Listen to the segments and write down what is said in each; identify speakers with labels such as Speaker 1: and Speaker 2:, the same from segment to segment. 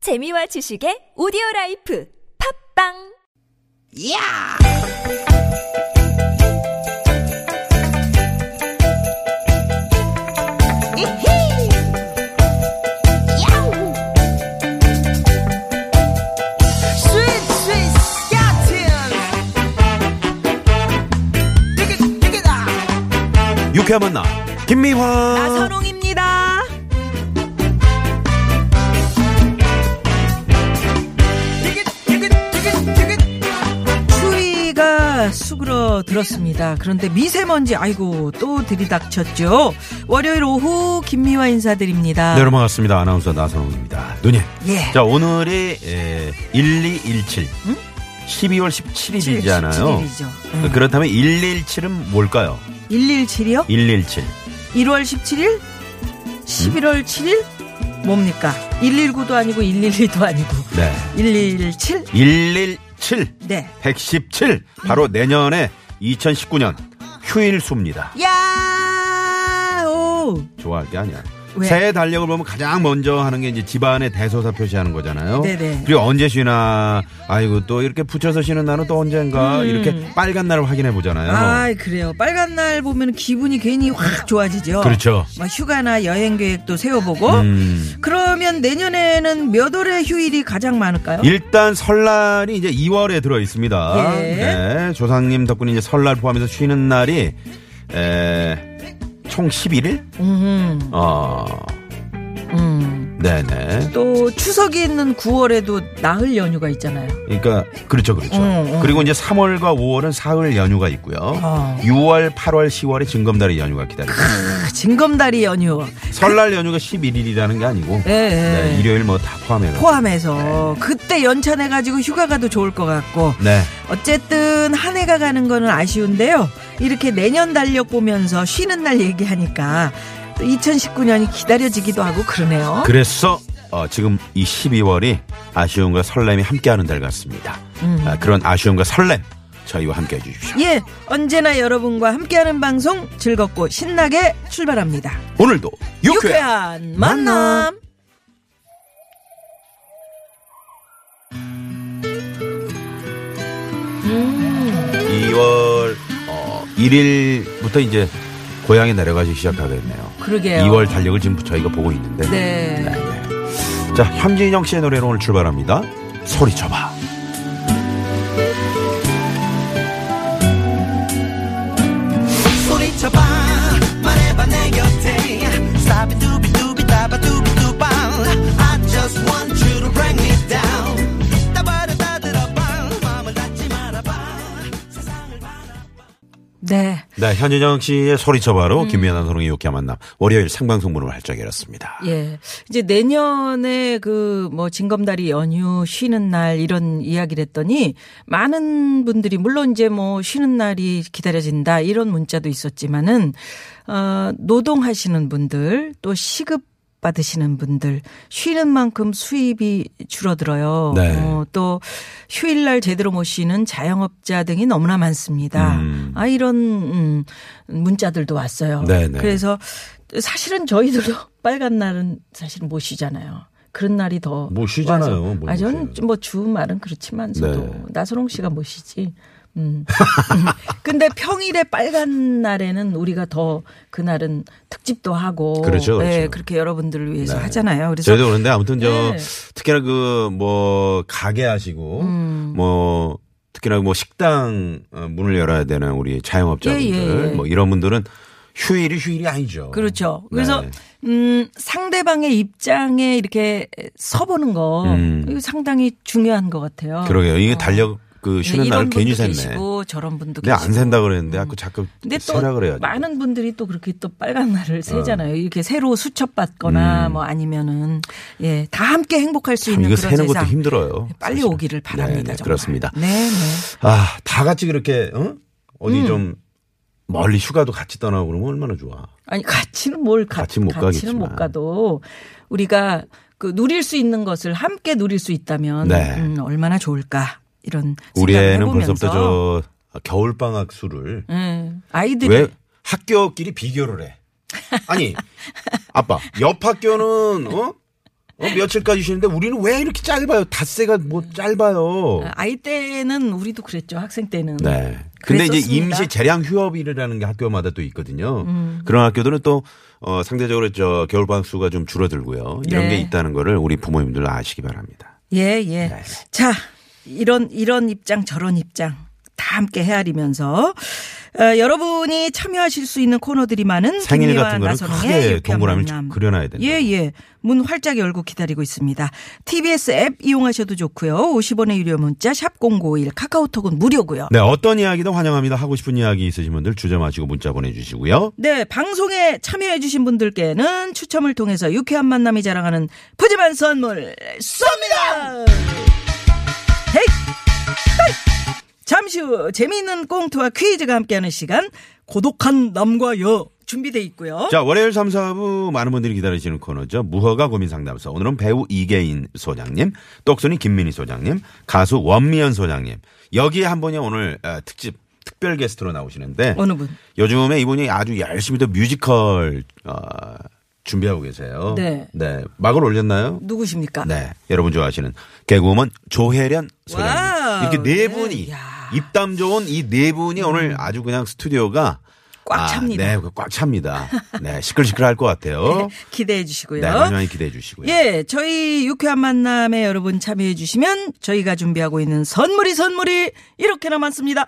Speaker 1: 재미와 지식의 오디오 라이프 팝빵
Speaker 2: 야! 이히! 야우! 스윗, 스윗, 스캇틴! 띠깃, 띠깃아!
Speaker 3: 유쾌한 만나 김미화
Speaker 2: 아, 나선홍입니다. 띠깃, 띠깃, 띠깃, 띠깃.
Speaker 4: 추위가 수그러들었습니다. 그런데 미세먼지 아이고 또 들이닥쳤죠. 월요일 오후 김미화 인사드립니다.
Speaker 3: 네, 여러분 반갑습니다 아나운서 나선홍입니다 누님
Speaker 4: 예.
Speaker 3: 자 오늘이 예, 에, 1217 12월 17일이잖아요 네,
Speaker 4: 17일이죠. 예.
Speaker 3: 그렇다면 117은 뭘까요
Speaker 4: 117이요?
Speaker 3: 117
Speaker 4: 1월 17일? 11월
Speaker 3: 음?
Speaker 4: 7일? 뭡니까? 119도 아니고 112도 아니고
Speaker 3: 네
Speaker 4: 117?
Speaker 3: 117
Speaker 4: 네.
Speaker 3: 117 바로 내년에 2019년 휴일 수입니다
Speaker 4: 야! 오!
Speaker 3: 좋아할 게 아니야
Speaker 4: 왜?
Speaker 3: 새해 달력을 보면 가장 먼저 하는 게 이제 집안의 대소사 표시하는 거잖아요.
Speaker 4: 네네.
Speaker 3: 그리고 언제 쉬나, 아이고 또 이렇게 붙여서 쉬는 날은 또 언젠가 이렇게 빨간 날을 확인해 보잖아요.
Speaker 4: 음. 아, 그래요. 빨간 날 보면 기분이 괜히 확 좋아지죠.
Speaker 3: 그렇죠.
Speaker 4: 막 휴가나 여행 계획도 세워보고
Speaker 3: 음.
Speaker 4: 그러면 내년에는 몇 월의 휴일이 가장 많을까요?
Speaker 3: 일단 설날이 이제 2월에 들어 있습니다.
Speaker 4: 예.
Speaker 3: 네, 조상님 덕분에 이제 설날 포함해서 쉬는 날이 에, 총 11일?
Speaker 4: 음,
Speaker 3: 어,
Speaker 4: 음.
Speaker 3: 네네.
Speaker 4: 또 추석이 있는 9월에도 나흘 연휴가 있잖아요.
Speaker 3: 그러니까 그렇죠, 그렇죠.
Speaker 4: 음, 음.
Speaker 3: 그리고 이제 3월과 5월은 사흘 연휴가 있고요.
Speaker 4: 어.
Speaker 3: 6월, 8월, 10월에 증검다리 연휴가 기다리고
Speaker 4: 크, 아, 징검다리 연휴.
Speaker 3: 설날 연휴가 11일이라는 게 아니고
Speaker 4: 예, 예.
Speaker 3: 네, 일요일 뭐 다 포함해서
Speaker 4: 포함해서 그때 연차 내가지고 휴가 가도 좋을 것 같고
Speaker 3: 네.
Speaker 4: 어쨌든 한 해가 가는 거는 아쉬운데요. 이렇게 내년 달력 보면서 쉬는 날 얘기하니까 또 2019년이 기다려지기도 하고 그러네요.
Speaker 3: 그래서 어, 지금 이 12월이 아쉬움과 설렘이 함께하는 달 같습니다.
Speaker 4: 음.
Speaker 3: 아, 그런 아쉬움과 설렘 저희와 함께해 주십시오.
Speaker 4: 예, 언제나 여러분과 함께하는 방송 즐겁고 신나게 출발합니다.
Speaker 3: 오늘도 유쾌한
Speaker 4: 유쾌한 만남. 음,
Speaker 3: 2월 어, 1일부터 이제 고향에 내려가기 시작하겠네요.
Speaker 4: 그러게요.
Speaker 3: 2월 달력을 지금 저희가 보고 있는데.
Speaker 4: 네.
Speaker 3: 네. 자, 현진영 씨의 노래로 오늘 출발합니다. 소리쳐봐.
Speaker 2: 소리쳐봐 말해봐 내 곁에 사비두비두비다바두비두바 I just want you to bring me down 따바라다 들어봐 마음을 닫지 말아봐 세상을 바라봐
Speaker 4: 네.
Speaker 3: 네, 현진영 씨의 소리쳐봐로
Speaker 4: 음.
Speaker 3: 김미연 선홍의 유쾌한 만남 월요일 생방송 문을 활짝 열었습니다.
Speaker 4: 예. 이제 내년에 그 뭐 징검다리 연휴 쉬는 날 이런 이야기를 했더니 많은 분들이 물론 이제 뭐 쉬는 날이 기다려진다 이런 문자도 있었지만은 어 노동하시는 분들 또 시급 받으시는 분들 쉬는 만큼 수입이 줄어들어요.
Speaker 3: 네.
Speaker 4: 어, 또 휴일날 제대로 못 쉬는 자영업자 등이 너무나 많습니다.
Speaker 3: 음.
Speaker 4: 아 이런 음, 문자들도 왔어요.
Speaker 3: 네네.
Speaker 4: 그래서 사실은 저희들도 빨간 날은 사실은 못 쉬잖아요. 그런 날이 더.
Speaker 3: 못 쉬잖아요.
Speaker 4: 와서.
Speaker 3: 못
Speaker 4: 아,
Speaker 3: 쉬어요.
Speaker 4: 저는 좀뭐 주말은 그렇지만서도
Speaker 3: 네.
Speaker 4: 나선홍 씨가 못 쉬지. 음. 근데 평일에 빨간 날에는 우리가 더 그날은 특집도 하고.
Speaker 3: 그렇죠, 그렇죠. 네.
Speaker 4: 예, 그렇게 여러분들을 위해서 하잖아요. 그래서.
Speaker 3: 저희도 그런데 아무튼 저
Speaker 4: 네.
Speaker 3: 특히나 그 뭐 가게 하시고
Speaker 4: 음.
Speaker 3: 뭐 특히나 뭐 식당 어, 문을 열어야 되는 우리 자영업자분들
Speaker 4: 예, 예, 예.
Speaker 3: 뭐 이런 분들은 휴일이 휴일이 아니죠.
Speaker 4: 그렇죠. 그래서
Speaker 3: 네.
Speaker 4: 음 상대방의 입장에 이렇게 서보는 거
Speaker 3: 음.
Speaker 4: 이거 상당히 중요한 것 같아요.
Speaker 3: 그러게요. 이게
Speaker 4: 어.
Speaker 3: 달력 그 쉬는
Speaker 4: 네,
Speaker 3: 날을
Speaker 4: 이런
Speaker 3: 괜히
Speaker 4: 분도
Speaker 3: 샜네.
Speaker 4: 계시고 저런 분도
Speaker 3: 근데 안
Speaker 4: 계시고. 음.
Speaker 3: 샌다 그랬는데 아까 자꾸
Speaker 4: 근데 또
Speaker 3: 생각을 해야지. 어.
Speaker 4: 많은 분들이 또 그렇게 또 빨간 날을 세잖아요. 이렇게 새로 수첩받거나 뭐 아니면은 예, 다 함께 행복할 수 있는
Speaker 3: 음. 아, 이거
Speaker 4: 그런
Speaker 3: 세는 것도
Speaker 4: 세상. 네, 예,
Speaker 3: 힘들어요.
Speaker 4: 빨리
Speaker 3: 사실은.
Speaker 4: 오기를 바랍니다.
Speaker 3: 네, 네,
Speaker 4: 정말.
Speaker 3: 그렇습니다.
Speaker 4: 네, 네.
Speaker 3: 아, 다 같이 그렇게 어? 어디
Speaker 4: 음.
Speaker 3: 좀 멀리 휴가도 같이 떠나고 그러면 얼마나 좋아.
Speaker 4: 아니 같이는 뭘 가,
Speaker 3: 같이 못
Speaker 4: 같이는
Speaker 3: 가겠지만.
Speaker 4: 못 가도 우리가 그 누릴 수 있는 것을 함께 누릴 수 있다면
Speaker 3: 네.
Speaker 4: 음, 얼마나 좋을까 이런
Speaker 3: 우리
Speaker 4: 생각을
Speaker 3: 애는
Speaker 4: 해보면서
Speaker 3: 벌써부터 저 겨울 방학 수를
Speaker 4: 음, 아이들이
Speaker 3: 왜 학교끼리 비교를 해? 아니 아빠 옆 학교는 어 어, 며칠까지 쉬는데 우리는 왜 이렇게 짧아요? 닷새가 뭐 짧아요.
Speaker 4: 어, 아이 때는 우리도 그랬죠. 학생 때는.
Speaker 3: 네. 근데 이제
Speaker 4: 그랬었습니다.
Speaker 3: 임시 재량 휴업일이라는 게 학교마다 또 있거든요.
Speaker 4: 음.
Speaker 3: 그런 학교들은 또 어, 상대적으로 저 겨울방 수가 좀 줄어들고요. 이런 게
Speaker 4: 네.
Speaker 3: 있다는 거를 우리 부모님들 아시기 바랍니다.
Speaker 4: 예, 예.
Speaker 3: 네.
Speaker 4: 자, 이런, 이런 입장, 저런 입장. 다 함께 헤아리면서 어, 여러분이 참여하실 수 있는 코너들이 많은
Speaker 3: 생일
Speaker 4: 김미와
Speaker 3: 같은 거는
Speaker 4: 나선홍의
Speaker 3: 크게
Speaker 4: 유쾌한
Speaker 3: 동그라미를
Speaker 4: 만남.
Speaker 3: 좀 그려놔야 된다.
Speaker 4: 예, 예. 문 활짝 열고 기다리고 있습니다. TBS 앱 이용하셔도 좋고요. 50원의 유료 문자 샵 #051 카카오톡은 무료고요.
Speaker 3: 네, 어떤 이야기든 환영합니다. 하고 싶은 이야기 있으신 분들 주저 마시고 문자 보내주시고요.
Speaker 4: 네, 방송에 참여해주신 분들께는 추첨을 통해서 유쾌한 만남이 자랑하는 푸짐한 선물 쏩니다! 헤이! 헤이! 잠시 후 재미있는 꽁트와 퀴즈가 함께하는 시간 고독한 남과 여 준비돼 있고요.
Speaker 3: 자, 월요일 3, 4부 많은 분들이 기다리시는 코너죠. 무허가 고민 상담소. 오늘은 배우 이계인 소장님, 똑순이 김민희 소장님, 가수 원미연 소장님. 여기에 한 분이 오늘 어, 특집 특별 게스트로 나오시는데
Speaker 4: 어느 분?
Speaker 3: 요즘에 이분이 아주 열심히 또 뮤지컬 어, 준비하고 계세요.
Speaker 4: 네.
Speaker 3: 막을 올렸나요?
Speaker 4: 누구십니까?
Speaker 3: 네. 여러분 좋아하시는 개그우먼 조혜련
Speaker 4: 와우.
Speaker 3: 소장님. 이렇게 네
Speaker 4: 네.
Speaker 3: 분이
Speaker 4: 야. 음.
Speaker 3: 입담 좋은 이 네 분이 오늘 아주 그냥 스튜디오가
Speaker 4: 꽉
Speaker 3: 아,
Speaker 4: 찹니다.
Speaker 3: 네, 꽉 찹니다. 네, 시끌시끌할 것 같아요.
Speaker 4: 네, 기대해 주시고요.
Speaker 3: 네, 많이 많이 기대해 주시고요.
Speaker 4: 예, 저희 유쾌한 만남에 여러분 참여해 주시면 저희가 준비하고 있는 선물이 선물이 이렇게나 많습니다.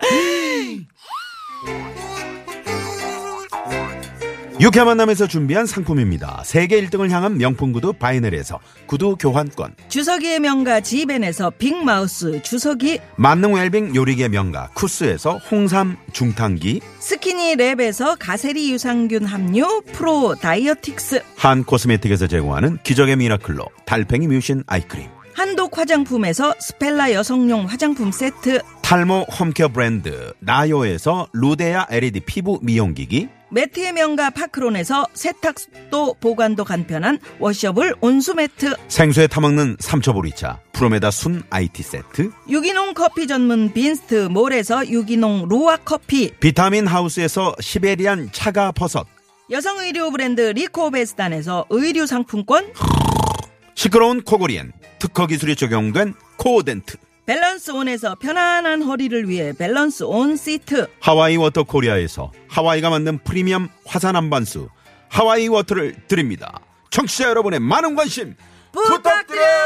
Speaker 3: 유쾌 만남에서 준비한 상품입니다. 세계 1등을 향한 명품 구두 바이넬에서 구두 교환권,
Speaker 4: 주석이의 명가 지벤에서 빅마우스 주석이
Speaker 3: 만능 웰빙 요리계 명가 쿠스에서 홍삼 중탕기,
Speaker 4: 스키니랩에서 가세리 유산균 함유 프로 다이어틱스
Speaker 3: 한 코스메틱에서 제공하는 기적의 미라클로 달팽이 뮤신 아이크림,
Speaker 4: 한독 화장품에서 스펠라 여성용 화장품 세트
Speaker 3: 탈모 홈케어 브랜드 나요에서 루데아 LED 피부 미용기기,
Speaker 4: 매트의 명가 파크론에서 세탁도 보관도 간편한 워셔블 온수 매트
Speaker 3: 생수에 타먹는 삼초보리차 프로메다 순 IT 세트,
Speaker 4: 유기농 커피 전문 빈스트 몰에서 유기농 로아 커피
Speaker 3: 비타민 하우스에서 시베리안 차가 버섯,
Speaker 4: 여성 의류 브랜드 리코베스단에서 의류 상품권
Speaker 3: 시끄러운 코골이엔 특허 기술이 적용된 코어덴트
Speaker 4: 밸런스 온에서 편안한 허리를 위해 밸런스 온 시트
Speaker 3: 하와이 워터 코리아에서 하와이가 만든 프리미엄 화산 한반수 하와이 워터를 드립니다. 청취자 여러분의 많은 관심 부탁드려요.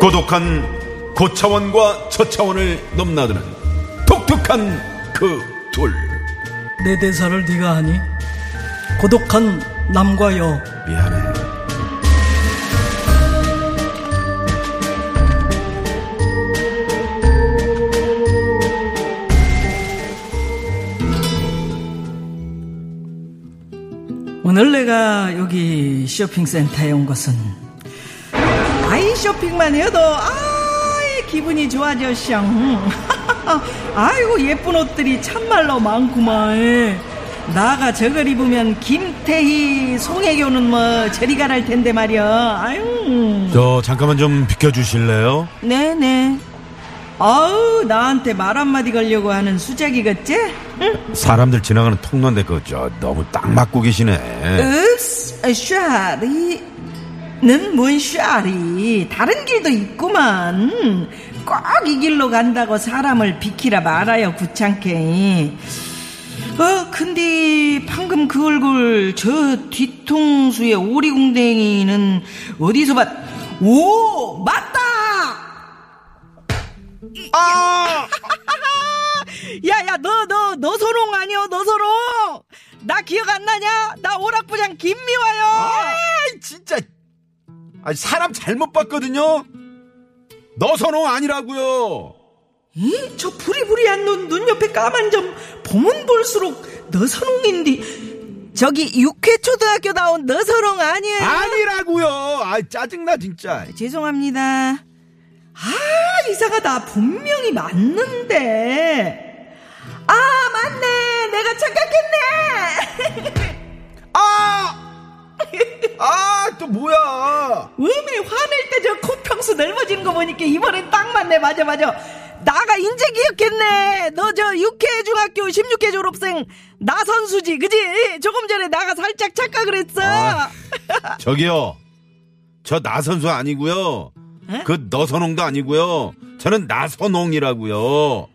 Speaker 3: 고독한 고차원과 저차원을 넘나드는 독특한 그 둘.
Speaker 5: 내 대사를 네가 하니 고독한 남과 여
Speaker 3: 미안해.
Speaker 5: 오늘 내가 여기 쇼핑센터에 온 것은
Speaker 4: 아이 쇼핑만 해도 아이 기분이 좋아져 쌍 아이고 예쁜 옷들이 참말로 많구만 나가 저걸 입으면 김태희 송혜교는 뭐 저리 가랄 텐데 말이야 아유
Speaker 3: 저 잠깐만 좀 비켜주실래요?
Speaker 4: 네네 아우 나한테 말 한마디 걸려고 하는 수작이 같지?
Speaker 3: 사람들 지나가는 통로인데 그저 너무 딱 맞고 계시네.
Speaker 4: 으스 샤리는 뭔 샤리 다른 길도 있구만 꼭 이 길로 간다고 사람을 비키라 말아요 구창케 어 근데 방금 그 얼굴 저 뒤통수에 오리궁뎅이는 어디서 봤오 맞다
Speaker 3: 아,
Speaker 4: 야야 너 너 너 서롱 아니여 너 서롱 나 기억 안 나냐 나 오락부장 김미화요
Speaker 3: 아이, 진짜. 아 사람 잘못 봤거든요? 너선홍 아니라고요.
Speaker 4: 이? 저 부리부리한 눈, 눈 옆에 까만 점 보면 볼수록 너서롱인디 저기 육회초등학교 나온 너서롱 아니에요
Speaker 3: 아니라고요. 아 짜증나 진짜.
Speaker 4: 죄송합니다 아 이상하다 분명히 맞는데 아 맞네 내가 착각했네
Speaker 3: 아! 아, 또 뭐야.
Speaker 4: 음에 화낼 때 저 코평수 넓어지는 거 보니까 이번엔 딱 맞네 맞아 맞아 나가 인제 기억했네 너 저 6회 중학교 16회 졸업생 나선수지 그지 조금 전에 나가 살짝 착각을 했어
Speaker 3: 아. 저기요. 저 나선수 아니고요. 그 너선홍도 아니고요. 저는 나선홍이라고요.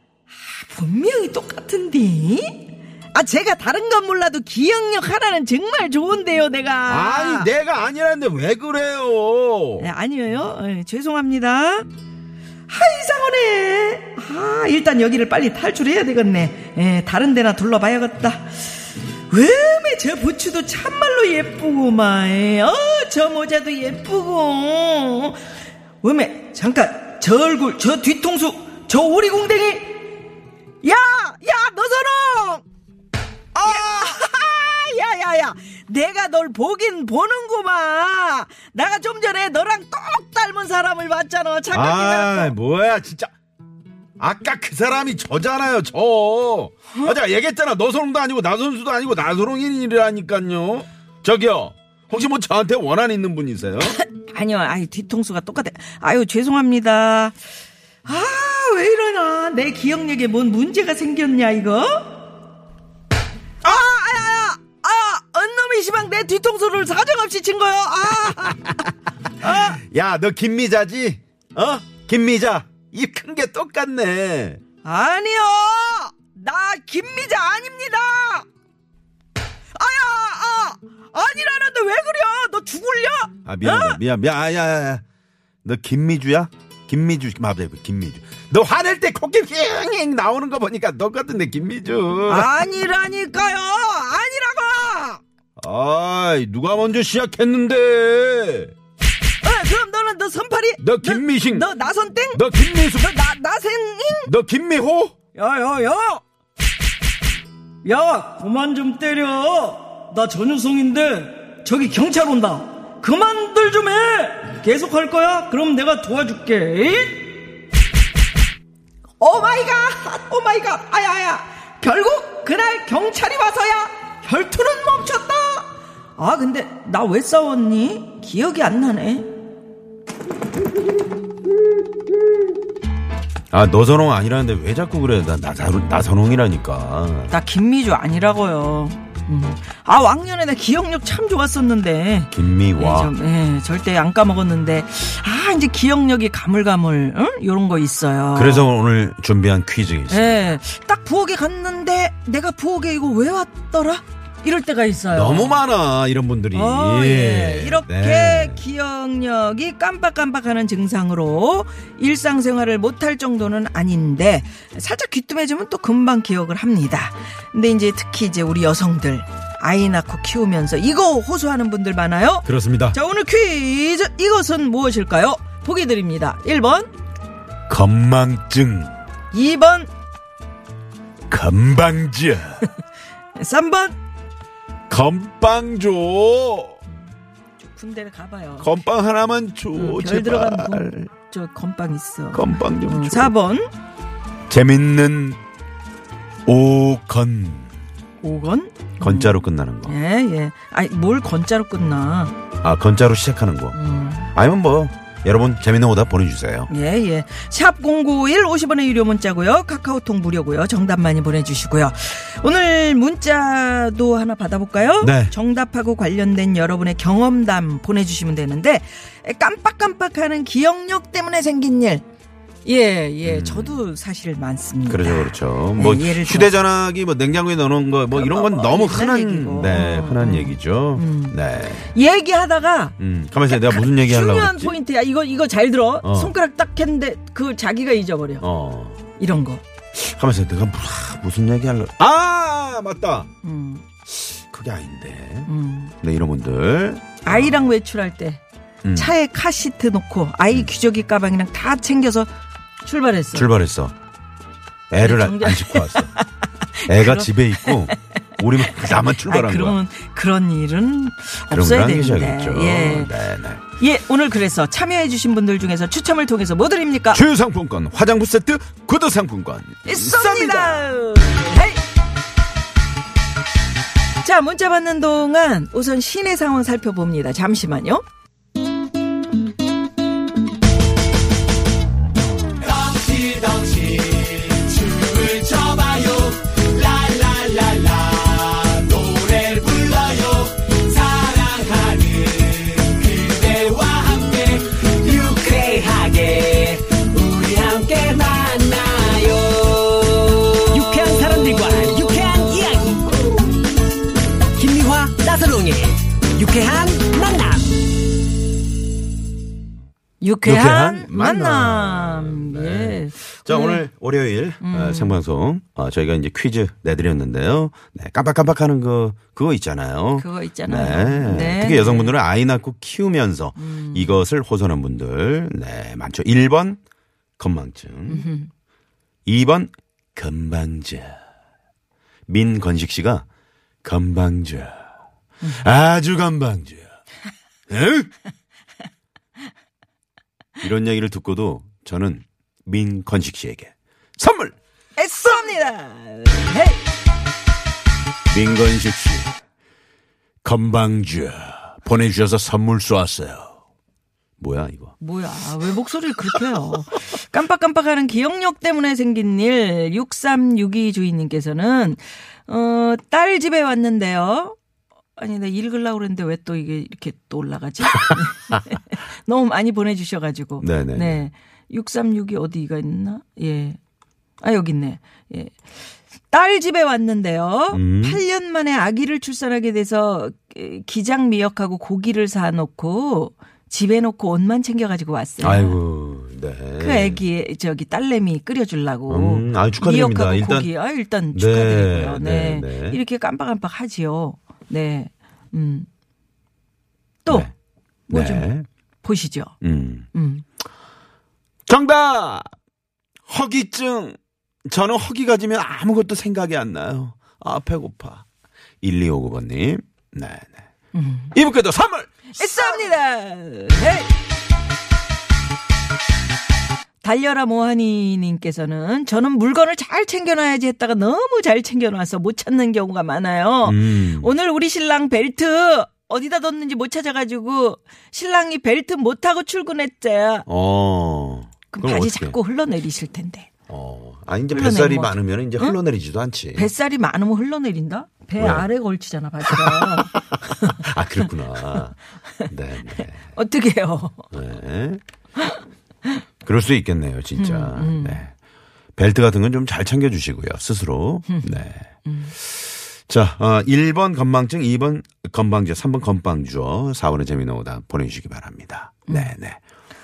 Speaker 4: 분명히 똑같은데 아 제가 다른 건 몰라도 기억력 하나는 정말 좋은데요 내가
Speaker 3: 아니, 내가 아니라는데 왜 그래요?
Speaker 4: 네, 아니에요. 예, 죄송합니다. 하 이상하네. 아 일단 여기를 빨리 탈출해야 되겠네. 예, 다른 데나 둘러봐야겠다. 왜매 저 부츠도 참말로 예쁘고만. 예. 어저 모자도 예쁘고. 왜매 잠깐 저 얼굴 저 뒤통수 저 오리공댕이. 야, 야, 너선홍! 아! 야, 야, 야. 내가 널 보긴 보는구만. 내가 좀 전에 너랑 똑 닮은 사람을 봤잖아.
Speaker 3: 아,
Speaker 4: 착각이나.
Speaker 3: 뭐야, 진짜. 아까 그 사람이 저잖아요,
Speaker 4: 어?
Speaker 3: 저. 아, 제가 얘기했잖아. 너선홍도 아니고, 나선수도 아니고, 나선홍이라니까요. 저기요. 혹시 뭐 저한테 원한 있는 분이세요?
Speaker 4: 아니요, 아유, 뒤통수가 똑같아. 아유, 죄송합니다. 아, 왜 이러나. 내 기억력에 뭔 문제가 생겼냐, 이거? 아, 아, 아, 아, 언놈이 시방 내 뒤통수를 사정없이 친 거요. 아,
Speaker 3: 야, 너 김미자지? 어? 김미자. 이 큰 게 똑같네.
Speaker 4: 아니요! 나 김미자 아닙니다! 아야! 아! 아니라는데 왜 그려! 너 죽을려!
Speaker 3: 아,
Speaker 4: 어?
Speaker 3: 미안하다. 미안, 미안. 아, 야, 야, 야. 너 김미주야? 김미주, 맞아, 김미주. 너 화낼 때 코끼리 휑 나오는 거 보니까 너 같은데, 김미주.
Speaker 4: 어? 아? 아니라니까요! 아니라고!
Speaker 3: 아이, 누가 먼저 시작했는데.
Speaker 4: 어, 그럼 너는 너 선팔이?
Speaker 3: 너 김미식.
Speaker 4: 너, 너 나선땡?
Speaker 3: 너 김미숙.
Speaker 4: 너 나, 나생인?
Speaker 3: 너 김미호?
Speaker 4: 야, 야, 야!
Speaker 6: 야, 그만 좀 때려. 나 전유성인데 저기 경찰 온다. 그만들 좀 해. 계속 할 거야? 그럼 내가 도와줄게.
Speaker 4: 오 마이 갓! 오 마이 갓! 아야, 아야! 결국 그날 경찰이 와서야 혈투는 멈췄다! 아, 근데 나 왜 싸웠니? 기억이 안 나네.
Speaker 3: 아, 너선홍 아니라는데 왜 자꾸 그래? 나, 나, 나, 선홍이라니까
Speaker 4: 나 김미주 아니라고요. 음. 아 왕년에 나 기억력 참 좋았었는데. 예,
Speaker 3: 김미와.
Speaker 4: 좀, 예, 절대 안 까먹었는데 아 이제 기억력이 가물가물 응? 이런 거 있어요.
Speaker 3: 그래서 오늘 준비한 퀴즈 있어.
Speaker 4: 예, 딱 부엌에 갔는데 내가 부엌에 이거 왜 왔더라? 이럴 때가 있어요.
Speaker 3: 너무 많아, 이런 분들이.
Speaker 4: 어, 예. 이렇게
Speaker 3: 네.
Speaker 4: 기억력이 깜빡깜빡하는 증상으로 일상생활을 못할 정도는 아닌데 살짝 귀뜸해주면 또 금방 기억을 합니다. 근데 이제 특히 이제 우리 여성들 아이 낳고 키우면서 이거 호소하는 분들 많아요.
Speaker 3: 그렇습니다.
Speaker 4: 자 오늘 퀴즈 이것은 무엇일까요? 보기 드립니다. 1번,
Speaker 3: 건망증,
Speaker 4: 2번,
Speaker 3: 건방지야,
Speaker 4: 3번.
Speaker 3: 건빵줘,
Speaker 4: 군대를 가봐요.
Speaker 3: 건빵 하나만 줘,
Speaker 4: 음, 별
Speaker 3: 제발.
Speaker 4: 들어간 군, 저 건빵 있어.
Speaker 3: 건빵 좀
Speaker 4: 음,
Speaker 3: 줘.
Speaker 4: 4번,
Speaker 3: 재밌는 오건.
Speaker 4: 5번.
Speaker 3: 건자로 끝나는 거.
Speaker 4: 예, 예. 아니, 뭘 건자로 끝나.
Speaker 3: 아, 건자로 시작하는 거.
Speaker 4: 음.
Speaker 3: 아니면 뭐, 여러분, 재밌는 오답 보내주세요.
Speaker 4: 예, 예. 샵 0951 50원의 유료 문자고요. 카카오톡 무료고요. 정답 많이 보내주시고요. 오늘 문자도 하나 받아볼까요?
Speaker 3: 네.
Speaker 4: 정답하고 관련된 여러분의 경험담 보내주시면 되는데 깜빡깜빡하는 기억력 때문에 생긴 일. 예, 예. 저도 사실 많습니다.
Speaker 3: 음. 그렇죠, 그렇죠. 뭐,
Speaker 4: 네, 예를 들어서.
Speaker 3: 휴대전화기, 뭐, 냉장고에 넣어놓은 거, 뭐, 이런 건
Speaker 4: 뭐,
Speaker 3: 너무
Speaker 4: 옛날
Speaker 3: 흔한,
Speaker 4: 얘기고. 음.
Speaker 3: 네, 흔한 얘기죠. 네.
Speaker 4: 얘기하다가
Speaker 3: 음, 가만히 있어. 내가 무슨 얘기 하려고.
Speaker 4: 중요한
Speaker 3: 했지?
Speaker 4: 포인트야. 이거 이거 잘 들어.
Speaker 3: 어.
Speaker 4: 손가락 딱 했는데 그 자기가 잊어버려.
Speaker 3: 어.
Speaker 4: 이런 거.
Speaker 3: 가만있어 내가 무- 아, 무슨 얘기 할래 아 맞다
Speaker 4: 음,
Speaker 3: 그게 아닌데
Speaker 4: 음.
Speaker 3: 네 이런 분들
Speaker 4: 아이랑 외출할 때
Speaker 3: 음.
Speaker 4: 차에 카시트 놓고 아이 귀저귀 가방이랑 다 챙겨서 출발했어.
Speaker 3: 출발했어
Speaker 4: 네,
Speaker 3: 애를 안, 안 싣고 왔어 애가 집에 있고 우리만 나만
Speaker 4: 아,
Speaker 3: 출발한 거야
Speaker 4: 그러면 그런 일은
Speaker 3: 그런
Speaker 4: 없어야
Speaker 3: 건
Speaker 4: 되는데.
Speaker 3: 아니셔야겠죠.
Speaker 4: 예.
Speaker 3: 네네
Speaker 4: 예, 오늘 그래서 참여해주신 분들 중에서 추첨을 통해서 뭐 드립니까?
Speaker 3: 주유 상품권 화장품 세트 구두 상품권
Speaker 4: 있습니다. 헤이. 자, 문자 받는 동안 우선 시내 상황 살펴봅니다. 잠시만요.
Speaker 7: 유쾌한 사람들과 유쾌한 이야기 김미화 나서롱의 유쾌한 만남
Speaker 4: 유쾌한,
Speaker 3: 유쾌한
Speaker 4: 만남.
Speaker 3: 만남. 네.
Speaker 4: 예.
Speaker 3: 자, 오늘 월요일
Speaker 4: 음.
Speaker 3: 어, 생방송 어, 저희가 이제 퀴즈 내드렸는데요. 네, 깜빡깜빡하는 거 그거 있잖아요.
Speaker 4: 그거 있잖아요.
Speaker 3: 네.
Speaker 4: 네. 음.
Speaker 3: 특히 여성분들은 아이 낳고 키우면서 이것을 호소하는 분들 네, 많죠. 1번 건망증. 2번 건방져. 민건식 씨가 건방져.
Speaker 4: 음.
Speaker 3: 아주 건방져. 응? 이런 이야기를 듣고도 저는 민건식 씨에게 선물
Speaker 4: 네.
Speaker 3: 쏩니다. 민건식 씨 건방주 보내주셔서 선물 쏘았어요. 뭐야 이거?
Speaker 4: 뭐야, 왜 목소리를 그렇게 해요? 깜빡깜빡하는 기억력 때문에 생긴 일, 6362 주인님께서는, 어, 딸 집에 왔는데요. 아니, 나 읽으려고 그랬는데 왜 또 이게 이렇게 또 올라가지? 네. 너무 많이 보내주셔가지고.
Speaker 3: 네네.
Speaker 4: 네. 6362 어디가 있나? 예. 아, 여기 있네. 예. 딸 집에 왔는데요.
Speaker 3: 음.
Speaker 4: 8년 만에 아기를 출산하게 돼서 기장 미역하고 고기를 사놓고 집에 놓고 옷만 챙겨가지고 왔어요.
Speaker 3: 아이고, 네.
Speaker 4: 그 아기 저기 딸내미 끓여주려고
Speaker 3: 음, 아, 축하드립니다.
Speaker 4: 미역하고
Speaker 3: 일단-
Speaker 4: 고기 아 일단
Speaker 3: 네,
Speaker 4: 축하드리고요. 네,
Speaker 3: 네, 네.
Speaker 4: 이렇게 깜빡깜빡 하지요. 네, 음. 또
Speaker 3: 네.
Speaker 4: 뭐
Speaker 3: 네.
Speaker 4: 좀 보시죠.
Speaker 3: 음.
Speaker 4: 음.
Speaker 3: 정답. 허기증. 저는 허기가 지면 아무것도 생각이 안 나요. 아 배고파. 1259번님. 네, 네.
Speaker 4: 음.
Speaker 3: 이분께도 선물.
Speaker 4: 쏩니다. 헤이! 달려라 모하니님께서는 저는 물건을 잘 챙겨놔야지 했다가 너무 잘 챙겨놔서 못 찾는 경우가 많아요.
Speaker 3: 음.
Speaker 4: 오늘 우리 신랑 벨트 어디다 뒀는지 못 찾아가지고 신랑이 벨트 못 하고 출근했대요.
Speaker 3: 어.
Speaker 4: 그럼 다시
Speaker 3: 어떡해.
Speaker 4: 자꾸 흘러내리실 텐데.
Speaker 3: 어. 아 이제
Speaker 4: 흘러내리면
Speaker 3: 뱃살이
Speaker 4: 어떡해.
Speaker 3: 많으면 이제 흘러내리지도 않지.
Speaker 4: 뱃살이 많으면 흘러내린다? 배
Speaker 3: 네. 왜?
Speaker 4: 아래 걸치잖아 바지가.
Speaker 3: 아 그렇구나. 네. 네.
Speaker 4: 어떻게 해요?
Speaker 3: 네. 그럴 수 있겠네요, 진짜. 네. 벨트 같은 건 좀 잘 챙겨주시고요, 스스로. 네. 자, 어, 1번 건망증, 2번 건방주, 3번 건방주어, 4번의 재미노다 보내주시기 바랍니다. 네네.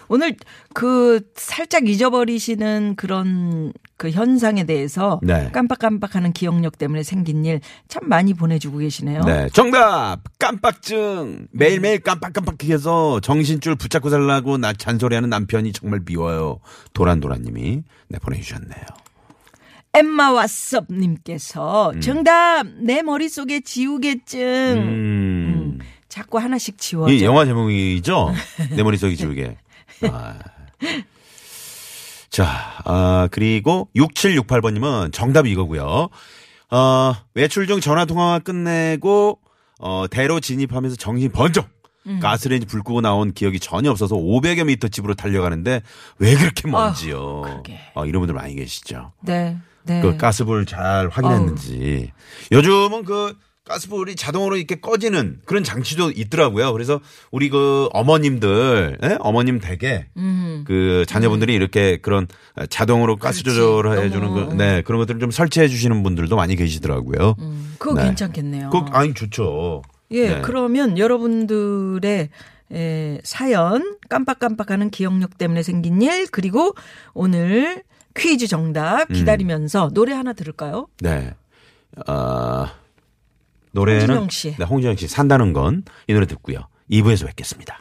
Speaker 4: 오늘 그 살짝 잊어버리시는 그런 그 현상에 대해서
Speaker 3: 네.
Speaker 4: 깜빡깜빡하는 기억력 때문에 생긴 일 참 많이 보내주고 계시네요.
Speaker 3: 네. 정답! 깜빡증! 매일매일 깜빡깜빡해서 정신줄 붙잡고 살라고 나 잔소리하는 남편이 정말 미워요. 도란도란님이 네, 보내주셨네요.
Speaker 4: 엠마 왓섭님께서 정답 내 머릿속에 지우개증
Speaker 3: 음.
Speaker 4: 자꾸 하나씩 지워져. 네.
Speaker 3: 이 영화 제목이죠? 내 머릿속이 지우개. 아. 자, 아, 그리고 6768번님은 정답이 이거고요. 어, 외출 중 전화 통화 끝내고, 어, 대로 진입하면서 정신 번쩍!
Speaker 4: 음.
Speaker 3: 가스레인지 불 끄고 나온 기억이 전혀 없어서 500여 미터 집으로 달려가는데 왜 그렇게 먼지요? 어, 이런 분들 많이 계시죠.
Speaker 4: 네. 네.
Speaker 3: 그 가스불 잘 확인했는지. 요즘은 그 가스불이 자동으로 이렇게 꺼지는 그런 장치도 있더라고요. 그래서 우리 그 어머님들, 예? 어머님 댁에 그
Speaker 4: 네.
Speaker 3: 자녀분들이 이렇게 그런 자동으로 가스 조절해 주는 그, 네, 그런 것들을 좀 설치해 주시는 분들도 많이 계시더라고요.
Speaker 4: 그거
Speaker 3: 네.
Speaker 4: 괜찮겠네요.
Speaker 3: 그 아니 좋죠.
Speaker 4: 예,
Speaker 3: 네.
Speaker 4: 그러면 여러분들의 에, 사연 깜빡깜빡하는 기억력 때문에 생긴 일 그리고 오늘 퀴즈 정답
Speaker 3: 음.
Speaker 4: 기다리면서 노래 하나 들을까요?
Speaker 3: 네. 아, 노래는
Speaker 4: 홍진영 씨의.
Speaker 3: 네, 홍진영 씨 산다는 건 이 노래 듣고요. 2부에서 뵙겠습니다.